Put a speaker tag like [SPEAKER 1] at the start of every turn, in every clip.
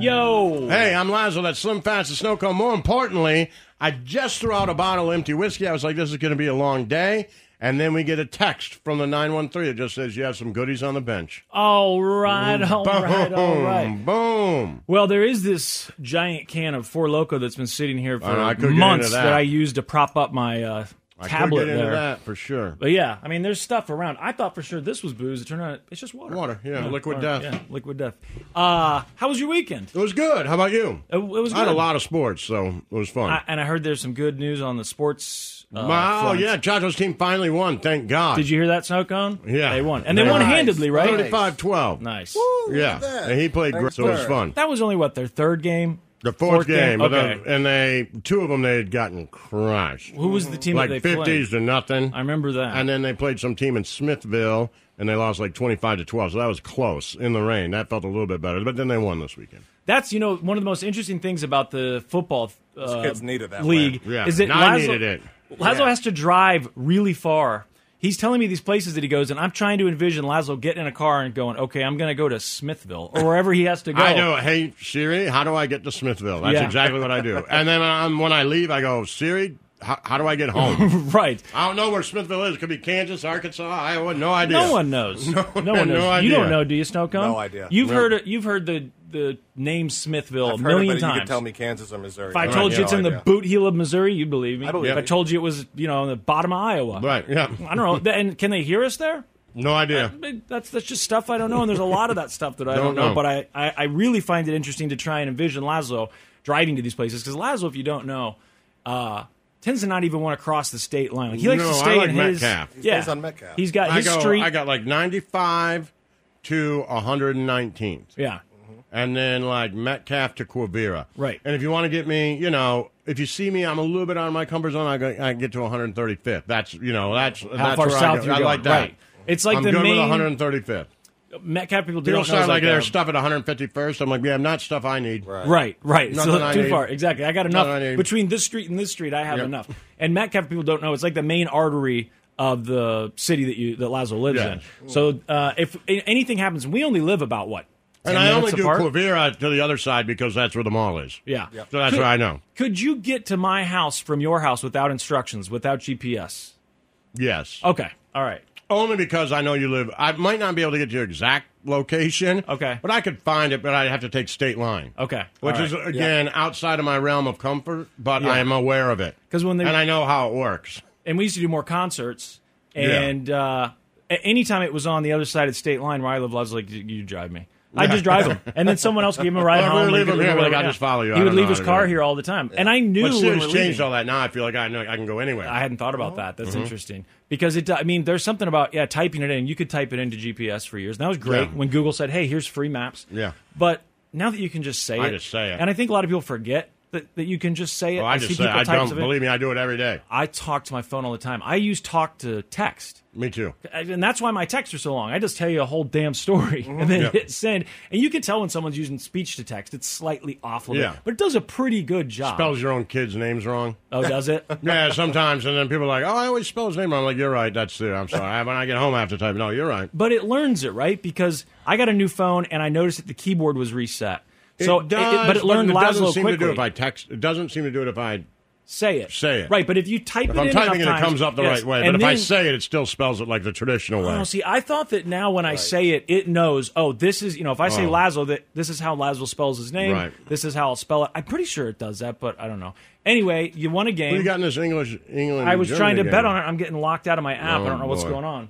[SPEAKER 1] Yo.
[SPEAKER 2] Hey, I'm Lazo. That's Slim Fast and Snowcone. More importantly, I just threw out a bottle of empty whiskey. I was like, this is going to be a long day. And then we get a text from the 913 that just says, you have some goodies on the bench.
[SPEAKER 1] All right, all
[SPEAKER 2] boom,
[SPEAKER 1] right, all right.
[SPEAKER 2] Boom.
[SPEAKER 1] Well, there is this giant can of Four Loco that's been sitting here for
[SPEAKER 2] Oh, I know, I could get
[SPEAKER 1] months
[SPEAKER 2] into that.
[SPEAKER 1] that. I used to prop up my uh,
[SPEAKER 2] I could
[SPEAKER 1] tablet
[SPEAKER 2] get into
[SPEAKER 1] there.
[SPEAKER 2] that for sure.
[SPEAKER 1] But yeah, I mean, there's stuff around. I thought for sure this was booze. It turned out it's just water.
[SPEAKER 2] Water, yeah, liquid
[SPEAKER 1] water,
[SPEAKER 2] death.
[SPEAKER 1] Yeah, liquid death. Uh, how was your weekend?
[SPEAKER 2] It was good. How about you?
[SPEAKER 1] It, it was
[SPEAKER 2] I had a
[SPEAKER 1] good.
[SPEAKER 2] lot of sports, so it was fun.
[SPEAKER 1] I, and I heard there's some good news on the sports. Uh,
[SPEAKER 2] Wow,
[SPEAKER 1] front.
[SPEAKER 2] oh, yeah, Chacho's team finally won. Thank God.
[SPEAKER 1] Did you hear that, Snow Cone?
[SPEAKER 2] Yeah.
[SPEAKER 1] They won. And they won
[SPEAKER 2] Nice.
[SPEAKER 1] handedly, right?
[SPEAKER 2] 35 12.
[SPEAKER 1] Nice.
[SPEAKER 2] Yeah. And he played great, so it was fun.
[SPEAKER 1] That was only, what, their third game?
[SPEAKER 2] The fourth, game, but
[SPEAKER 1] Okay.
[SPEAKER 2] the- and they two of them they had gotten crushed,
[SPEAKER 1] Who was the team
[SPEAKER 2] like
[SPEAKER 1] that they
[SPEAKER 2] fifties
[SPEAKER 1] played?
[SPEAKER 2] to nothing.
[SPEAKER 1] I remember that.
[SPEAKER 2] and then they played some team in Smithville, and they lost like twenty five to twelve. So that was close in the rain. That felt a little bit better, but then they won this weekend.
[SPEAKER 1] That's you know one of the most interesting things about the football uh,
[SPEAKER 3] kids needed that
[SPEAKER 1] league
[SPEAKER 2] win. Yeah,
[SPEAKER 1] is that
[SPEAKER 2] and I
[SPEAKER 1] Laszlo,
[SPEAKER 2] needed it.
[SPEAKER 1] Laszlo has to drive really far. He's telling me these places that he goes, and I'm trying to envision Laszlo getting in a car and going, "Okay, I'm going to go to Smithville or wherever he has to go."
[SPEAKER 2] I know. Hey Siri, how do I get to Smithville? That's
[SPEAKER 1] Yeah.
[SPEAKER 2] exactly what I do. And then um, when I leave, I go Siri, how, how do I get home?
[SPEAKER 1] right?
[SPEAKER 2] I don't know where Smithville is. It could be Kansas, Arkansas, Iowa. No idea.
[SPEAKER 1] No one knows. No, one
[SPEAKER 2] no
[SPEAKER 1] knows. You
[SPEAKER 2] idea.
[SPEAKER 1] don't know, do you, Snowcone?
[SPEAKER 3] No idea.
[SPEAKER 1] You've
[SPEAKER 3] No.
[SPEAKER 1] heard it, you've heard the the name Smithville
[SPEAKER 3] I've
[SPEAKER 1] a
[SPEAKER 3] heard
[SPEAKER 1] million
[SPEAKER 3] it, but
[SPEAKER 1] times.
[SPEAKER 3] You could tell me Kansas or Missouri.
[SPEAKER 1] if I told you it's in the boot heel of Missouri, you'd believe me.
[SPEAKER 3] I believe
[SPEAKER 1] if I
[SPEAKER 3] you.
[SPEAKER 1] told you it was you know in the bottom of Iowa,
[SPEAKER 2] Right? Yeah.
[SPEAKER 1] I don't know. Th- And can they hear us there?
[SPEAKER 2] No idea.
[SPEAKER 1] That's that's just stuff I don't know, and there's a lot of that stuff that I
[SPEAKER 2] Don't
[SPEAKER 1] don't, know,
[SPEAKER 2] know.
[SPEAKER 1] But I, I, I really find it interesting to try and envision Lazo driving to these places because Lazo, if you don't know, uh, tends to not even want to cross the state line. Like, he likes
[SPEAKER 2] No,
[SPEAKER 1] to
[SPEAKER 2] I
[SPEAKER 1] stay
[SPEAKER 2] like
[SPEAKER 1] in his
[SPEAKER 2] Metcalf. He
[SPEAKER 1] yeah.
[SPEAKER 3] stays on Metcalf.
[SPEAKER 1] He's got
[SPEAKER 2] I
[SPEAKER 1] his
[SPEAKER 2] go.
[SPEAKER 1] street.
[SPEAKER 2] I got like ninety five to one hundred and nineteenth.
[SPEAKER 1] yeah,
[SPEAKER 2] and then like Metcalf to Quivira.
[SPEAKER 1] Right.
[SPEAKER 2] And if you want to get me, you know, if you see me, I'm a little bit out of my comfort zone. I, go, I get to 135th. That's you know, that's
[SPEAKER 1] how
[SPEAKER 2] that's
[SPEAKER 1] far
[SPEAKER 2] where I,
[SPEAKER 1] south
[SPEAKER 2] go.
[SPEAKER 1] you're
[SPEAKER 2] I
[SPEAKER 1] going.
[SPEAKER 2] like that.
[SPEAKER 1] Right. It's like
[SPEAKER 2] I'm
[SPEAKER 1] the
[SPEAKER 2] good
[SPEAKER 1] main
[SPEAKER 2] with 135th.
[SPEAKER 1] Metcalf people do
[SPEAKER 2] People
[SPEAKER 1] not know.
[SPEAKER 2] start
[SPEAKER 1] is
[SPEAKER 2] like
[SPEAKER 1] a-
[SPEAKER 2] there's stuff at 151st. I'm like, yeah, not stuff I need.
[SPEAKER 1] Right, right.
[SPEAKER 2] Nothing
[SPEAKER 1] so
[SPEAKER 2] Uh, I
[SPEAKER 1] too
[SPEAKER 2] need.
[SPEAKER 1] far. Exactly. I got enough
[SPEAKER 2] Nothing I need.
[SPEAKER 1] between this street and this street. I have
[SPEAKER 2] Yep.
[SPEAKER 1] enough. And Metcalf people don't know. It's like the main artery of the city that you that Lazo lives
[SPEAKER 2] Yeah.
[SPEAKER 1] in. So uh, if a- anything happens, we only live about what. 10
[SPEAKER 2] And I only
[SPEAKER 1] minutes
[SPEAKER 2] do
[SPEAKER 1] apart?
[SPEAKER 2] Quivira to the other side because that's where the mall is.
[SPEAKER 1] Yeah.
[SPEAKER 2] So that's
[SPEAKER 1] Could-
[SPEAKER 2] what I know.
[SPEAKER 1] Could you get to my house from your house without instructions, without GPS?
[SPEAKER 2] Yes.
[SPEAKER 1] Okay. All right.
[SPEAKER 2] Only because I know you live. I might not be able to get your exact location.
[SPEAKER 1] Okay.
[SPEAKER 2] But I could find it, but I'd have to take state line.
[SPEAKER 1] Okay.
[SPEAKER 2] Which is again outside of my realm of comfort, but I am aware of it
[SPEAKER 1] 'Cause when they-
[SPEAKER 2] and I know how it works.
[SPEAKER 1] and we used to do more concerts. And uh, a- anytime it was on the other side of the state line where I live, I was like, "You- "You drive me." I just drive him, and then someone else gave him a ride
[SPEAKER 2] Well,
[SPEAKER 1] home.
[SPEAKER 2] we'll
[SPEAKER 1] and
[SPEAKER 2] leave
[SPEAKER 1] give
[SPEAKER 2] him
[SPEAKER 1] him
[SPEAKER 2] here,
[SPEAKER 1] whatever,
[SPEAKER 2] like, I'll
[SPEAKER 1] yeah.
[SPEAKER 2] just follow you. I
[SPEAKER 1] He would
[SPEAKER 2] don't
[SPEAKER 1] leave
[SPEAKER 2] know
[SPEAKER 1] his
[SPEAKER 2] how to
[SPEAKER 1] car
[SPEAKER 2] drive.
[SPEAKER 1] here all the time, and I knew.
[SPEAKER 2] But
[SPEAKER 1] when
[SPEAKER 2] Siri's
[SPEAKER 1] we're
[SPEAKER 2] changed
[SPEAKER 1] leaving.
[SPEAKER 2] all Mm-hmm. that now. I feel like I know I can go anywhere.
[SPEAKER 1] I hadn't thought about that. That's interesting because it. I mean, there's something about yeah, typing it in. You could type it into GPS for years, and that was great
[SPEAKER 2] Yeah.
[SPEAKER 1] when Google said, "Hey, here's free maps."
[SPEAKER 2] Yeah.
[SPEAKER 1] But now that you can just say
[SPEAKER 2] I
[SPEAKER 1] it,
[SPEAKER 2] just say it.
[SPEAKER 1] and I think a lot of people forget that, that you can just say it.
[SPEAKER 2] Oh, I
[SPEAKER 1] see
[SPEAKER 2] just say,
[SPEAKER 1] people
[SPEAKER 2] I
[SPEAKER 1] type
[SPEAKER 2] don't
[SPEAKER 1] stuff in.
[SPEAKER 2] believe me. I do it every day.
[SPEAKER 1] I talk to my phone all the time. I use talk to text.
[SPEAKER 2] Me too.
[SPEAKER 1] and that's why my texts are so long. I just tell you a whole damn story and then
[SPEAKER 2] Mm-hmm. Yeah.
[SPEAKER 1] hit send, and you can tell when someone's using speech to text. It's slightly off limit,
[SPEAKER 2] Yeah.
[SPEAKER 1] but it does a pretty good job.
[SPEAKER 2] Spells your own kids' names wrong.
[SPEAKER 1] oh, does it?
[SPEAKER 2] Yeah, sometimes, and then people are like, "Oh, I always spell his name wrong." I'm like, "You're right. That's it. I'm sorry." When I get home, I have to type. No, you're right.
[SPEAKER 1] but it learns it right because I got a new phone and I noticed that the keyboard was reset. So, but it learned
[SPEAKER 2] it doesn't
[SPEAKER 1] Laszlo
[SPEAKER 2] seem to
[SPEAKER 1] quickly.
[SPEAKER 2] do it if I text. It doesn't seem to do it if I.
[SPEAKER 1] say it,
[SPEAKER 2] say it.
[SPEAKER 1] right. But if you
[SPEAKER 2] If
[SPEAKER 1] type it
[SPEAKER 2] I'm
[SPEAKER 1] in
[SPEAKER 2] typing it,
[SPEAKER 1] enough
[SPEAKER 2] it comes
[SPEAKER 1] times-
[SPEAKER 2] up the
[SPEAKER 1] yes.
[SPEAKER 2] right way.
[SPEAKER 1] And
[SPEAKER 2] But if I
[SPEAKER 1] then-
[SPEAKER 2] say it, it still spells it like the traditional way.
[SPEAKER 1] Oh, see, I thought that now when I say it, it knows. Oh, this is you know, if I say
[SPEAKER 2] Oh.
[SPEAKER 1] Lazo, that this is how Lazo spells his name.
[SPEAKER 2] Right.
[SPEAKER 1] This is how I'll spell it. I'm pretty sure it does that, but I don't know. Anyway, you won a
[SPEAKER 2] Who you
[SPEAKER 1] game.
[SPEAKER 2] got in this English England?
[SPEAKER 1] I was trying to
[SPEAKER 2] Germany
[SPEAKER 1] bet
[SPEAKER 2] game?
[SPEAKER 1] on it. I'm getting locked out of my app.
[SPEAKER 2] Oh,
[SPEAKER 1] I don't know what's
[SPEAKER 2] boy.
[SPEAKER 1] going on.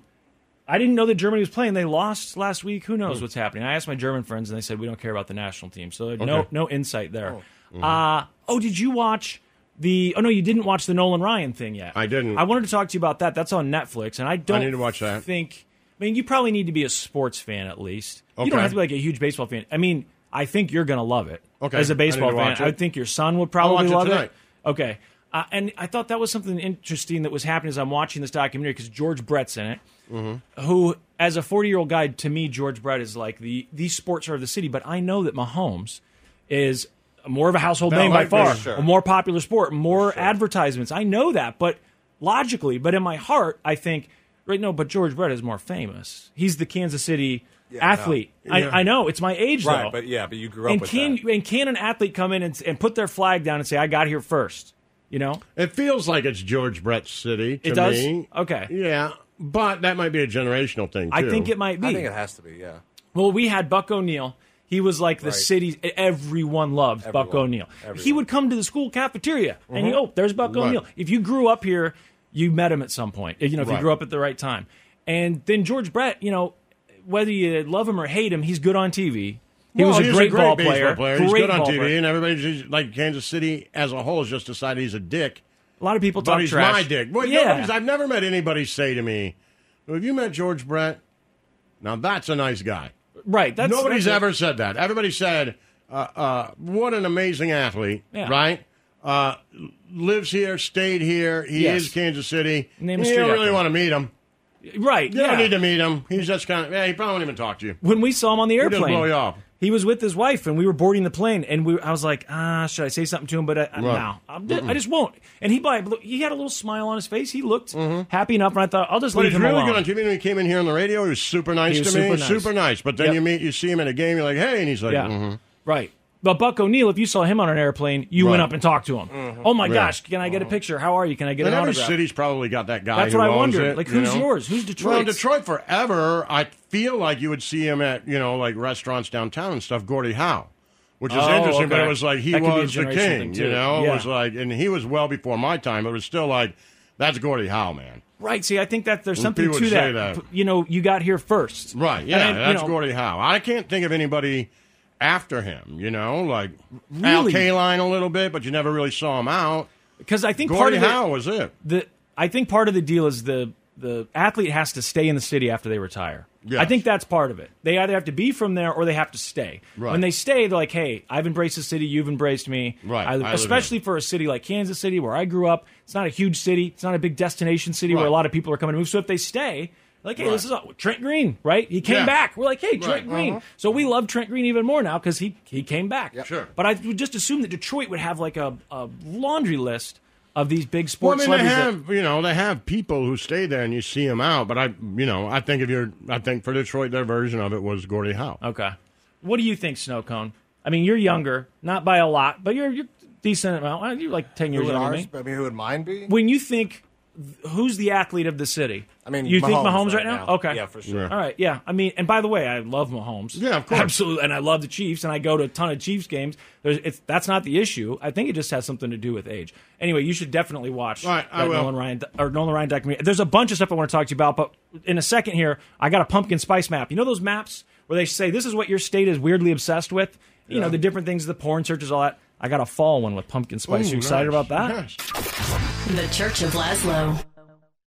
[SPEAKER 1] I didn't know that Germany was playing. They lost last week. Who
[SPEAKER 2] Hmm.
[SPEAKER 1] knows what's happening? I asked my German friends, and they said we don't care about the national team. So no,
[SPEAKER 2] Okay.
[SPEAKER 1] no insight there. Uh, oh, did you watch the? Oh no, you didn't watch the Nolan Ryan thing yet.
[SPEAKER 2] I didn't.
[SPEAKER 1] I wanted to talk to you about that. That's on Netflix, and I don't.
[SPEAKER 2] need to watch that.
[SPEAKER 1] Think. I mean, you probably need to be a sports fan at least. You
[SPEAKER 2] Okay.
[SPEAKER 1] don't have to be like a huge baseball fan. I mean, I think you're gonna love it.
[SPEAKER 2] Okay.
[SPEAKER 1] As
[SPEAKER 2] I
[SPEAKER 1] a
[SPEAKER 2] need
[SPEAKER 1] baseball
[SPEAKER 2] to
[SPEAKER 1] fan,
[SPEAKER 2] watch it.
[SPEAKER 1] I would think your son would probably
[SPEAKER 2] watch it
[SPEAKER 1] love
[SPEAKER 2] tonight.
[SPEAKER 1] Okay. Uh, and I thought that was something interesting that was happening as I'm watching this documentary because George Brett's in it, who, as a 40 year old guy, to me, George Brett is like the the sports star of the city. But I know that Mahomes is more of a household name by
[SPEAKER 2] like
[SPEAKER 1] far,
[SPEAKER 2] this, sure.
[SPEAKER 1] a more popular sport, more advertisements. I know that, but logically, but in my heart, I think right no, but George Brett is more famous. He's the Kansas City athlete. I, I know it's my age
[SPEAKER 3] Right,
[SPEAKER 1] though.
[SPEAKER 3] but yeah, but you grew up
[SPEAKER 1] and
[SPEAKER 3] with
[SPEAKER 1] can
[SPEAKER 3] that.
[SPEAKER 1] and can an athlete come in and, and put their flag down and say, "I got here first? You know,
[SPEAKER 2] It feels like it's George Brett City to
[SPEAKER 1] It does?
[SPEAKER 2] me.
[SPEAKER 1] Okay.
[SPEAKER 2] Yeah, but that might be a generational thing, too.
[SPEAKER 1] I think it might be.
[SPEAKER 3] I think it has to be. Yeah.
[SPEAKER 1] Well, we had Buck O'Neill. He was like the city's everyone loved Buck
[SPEAKER 3] Everyone.
[SPEAKER 1] O'Neill. He
[SPEAKER 3] Everyone.
[SPEAKER 1] would come to the school cafeteria and he, oh, there's Buck
[SPEAKER 2] Mm-hmm. Right.
[SPEAKER 1] O'Neill. If you grew up here, you met him at some point. You know, if
[SPEAKER 2] Right.
[SPEAKER 1] you grew up at the right time. And then George Brett, you know, whether you love him or hate him, he's good on TV. He
[SPEAKER 2] Well,
[SPEAKER 1] was a
[SPEAKER 2] he's
[SPEAKER 1] great, ball
[SPEAKER 2] baseball
[SPEAKER 1] player.
[SPEAKER 2] He's
[SPEAKER 1] great
[SPEAKER 2] good on
[SPEAKER 1] ball
[SPEAKER 2] TV,
[SPEAKER 1] player.
[SPEAKER 2] and everybody's just, like Kansas City as a whole has just decided he's a dick.
[SPEAKER 1] A lot of people talk
[SPEAKER 2] But he's
[SPEAKER 1] trash.
[SPEAKER 2] my dick. Well,
[SPEAKER 1] yeah.
[SPEAKER 2] nobody's- I've never met anybody say to me, "Well, "Have you met George Brett?" Now that's a nice guy.
[SPEAKER 1] right. That's,
[SPEAKER 2] Nobody's
[SPEAKER 1] that's-
[SPEAKER 2] ever said that. Everybody said, uh, uh, "What an amazing athlete!"
[SPEAKER 1] Yeah.
[SPEAKER 2] Right? Uh, lives here, stayed here. He
[SPEAKER 1] Yes.
[SPEAKER 2] is Kansas City.
[SPEAKER 1] Name a
[SPEAKER 2] you
[SPEAKER 1] street
[SPEAKER 2] don't
[SPEAKER 1] after
[SPEAKER 2] really
[SPEAKER 1] him.
[SPEAKER 2] want to meet him.
[SPEAKER 1] Right.
[SPEAKER 2] You
[SPEAKER 1] yeah.
[SPEAKER 2] don't need to meet him. He's just kind of. Yeah, he probably won't even talk to you.
[SPEAKER 1] when we saw him on the
[SPEAKER 2] He just
[SPEAKER 1] airplane,
[SPEAKER 2] blow you off.
[SPEAKER 1] he was with his wife and we were boarding the plane and we, i was like ah should i say something to him but i, I no I'm, i just won't and he by he had a little smile on his face he looked happy enough and i thought i'll
[SPEAKER 2] Mm-hmm.
[SPEAKER 1] just
[SPEAKER 2] But
[SPEAKER 1] leave
[SPEAKER 2] he's
[SPEAKER 1] him
[SPEAKER 2] really
[SPEAKER 1] alone
[SPEAKER 2] good on TV. When he came in here on the radio, he was super nice
[SPEAKER 1] He was
[SPEAKER 2] to me.
[SPEAKER 1] super nice.
[SPEAKER 2] Super nice. But then
[SPEAKER 1] Yep.
[SPEAKER 2] you meet, you see him in a game. You're like, hey, and he's like,
[SPEAKER 1] yeah
[SPEAKER 2] mhm.
[SPEAKER 1] right but buck o'neill if you saw him on an airplane you went
[SPEAKER 2] Right. Mm-hmm.
[SPEAKER 1] up and talked to him oh my gosh can i get a picture how are you can i get
[SPEAKER 2] and
[SPEAKER 1] an
[SPEAKER 2] every
[SPEAKER 1] autograph
[SPEAKER 2] city's probably got that guy.
[SPEAKER 1] that's
[SPEAKER 2] who
[SPEAKER 1] what i
[SPEAKER 2] owns
[SPEAKER 1] wondered
[SPEAKER 2] it,
[SPEAKER 1] like
[SPEAKER 2] you
[SPEAKER 1] who's
[SPEAKER 2] know?
[SPEAKER 1] yours who's
[SPEAKER 2] Well,
[SPEAKER 1] detroit
[SPEAKER 2] in Detroit forever, I feel like you would see him at you know like restaurants downtown and stuff. Gordy Howe, which is
[SPEAKER 1] Oh,
[SPEAKER 2] interesting, but
[SPEAKER 1] okay.
[SPEAKER 2] it was like he
[SPEAKER 1] That could be a
[SPEAKER 2] was the
[SPEAKER 1] generational
[SPEAKER 2] king.
[SPEAKER 1] thing,
[SPEAKER 2] You
[SPEAKER 1] too.
[SPEAKER 2] know, it
[SPEAKER 1] Yeah.
[SPEAKER 2] was like, and he was well before my time. But it was still like, that's Gordy Howe, man.
[SPEAKER 1] right see i think that there's something
[SPEAKER 2] people
[SPEAKER 1] to
[SPEAKER 2] say
[SPEAKER 1] that.
[SPEAKER 2] that.
[SPEAKER 1] you know you got here first
[SPEAKER 2] Right? Yeah,
[SPEAKER 1] And I- you
[SPEAKER 2] that's
[SPEAKER 1] know-
[SPEAKER 2] Gordy Howe. I can't think of anybody after him. You know, like
[SPEAKER 1] Really?
[SPEAKER 2] Al Kaline a little bit, but you never really saw him out.
[SPEAKER 1] because i think part
[SPEAKER 2] Gordy
[SPEAKER 1] of it,
[SPEAKER 2] Howe was it.
[SPEAKER 1] the I think part of the deal is the the athlete has to stay in the city after they retire.
[SPEAKER 2] Yes.
[SPEAKER 1] I think that's part of it. They either have to be from there or they have to stay.
[SPEAKER 2] Right.
[SPEAKER 1] When they stay, they're like, "Hey, I've embraced the city. You've embraced me."
[SPEAKER 2] Right.
[SPEAKER 1] I-
[SPEAKER 2] I live here.
[SPEAKER 1] especially for a city like Kansas City, where I grew up. It's not a huge city. It's not a big destination city where
[SPEAKER 2] Right.
[SPEAKER 1] a lot of people are coming to move. So if they stay. Like, hey, this is all, Trent Green, right? He came
[SPEAKER 2] Yeah.
[SPEAKER 1] back. We're like, hey, Trent
[SPEAKER 2] Right.
[SPEAKER 1] Green.
[SPEAKER 2] Uh-huh.
[SPEAKER 1] So we love Trent Green even more now because he, he came back.
[SPEAKER 2] Sure.
[SPEAKER 1] But I would just assume that Detroit would have like a, a laundry list of these big
[SPEAKER 2] Well, I
[SPEAKER 1] sports
[SPEAKER 2] mean, they
[SPEAKER 1] celebrities that-
[SPEAKER 2] have you know they have people who stay there, and you see them out. But I, you know, I think if you're, I think for Detroit, their version of it was Gordie Howe.
[SPEAKER 1] Okay. What do you think, Snow Cone? I mean, you're younger, not by a lot, but you're you're decent amount. Well, You're like ten years
[SPEAKER 3] Who would
[SPEAKER 1] younger than
[SPEAKER 3] ours?
[SPEAKER 1] me.
[SPEAKER 3] I mean, who would mine be?
[SPEAKER 1] When you think th- who's the athlete of the city?
[SPEAKER 3] I mean,
[SPEAKER 1] you think
[SPEAKER 3] Mahomes
[SPEAKER 1] Mahomes right now? Okay.
[SPEAKER 3] Yeah, for sure.
[SPEAKER 2] Yeah.
[SPEAKER 1] All right, yeah. I mean, and by the way, I love Mahomes.
[SPEAKER 2] Yeah, of course.
[SPEAKER 1] absolutely. And I love the Chiefs, and I go to a ton of Chiefs games. There's, it's, that's not the issue. I think it just has something to do with age. Anyway, you should definitely watch
[SPEAKER 2] All right, I
[SPEAKER 1] that
[SPEAKER 2] will.
[SPEAKER 1] Nolan Ryan or Nolan Ryan documentary. There's a bunch of stuff I want to talk to you about, but in a second here, I got a pumpkin spice map. You know those maps where they say this is what your state is weirdly obsessed with. You know the different things, the porn searches, all that. I got a fall one with pumpkin spice.
[SPEAKER 2] Ooh,
[SPEAKER 1] you excited
[SPEAKER 2] nice.
[SPEAKER 1] about that?
[SPEAKER 2] Nice.
[SPEAKER 4] The Church of Laszlo.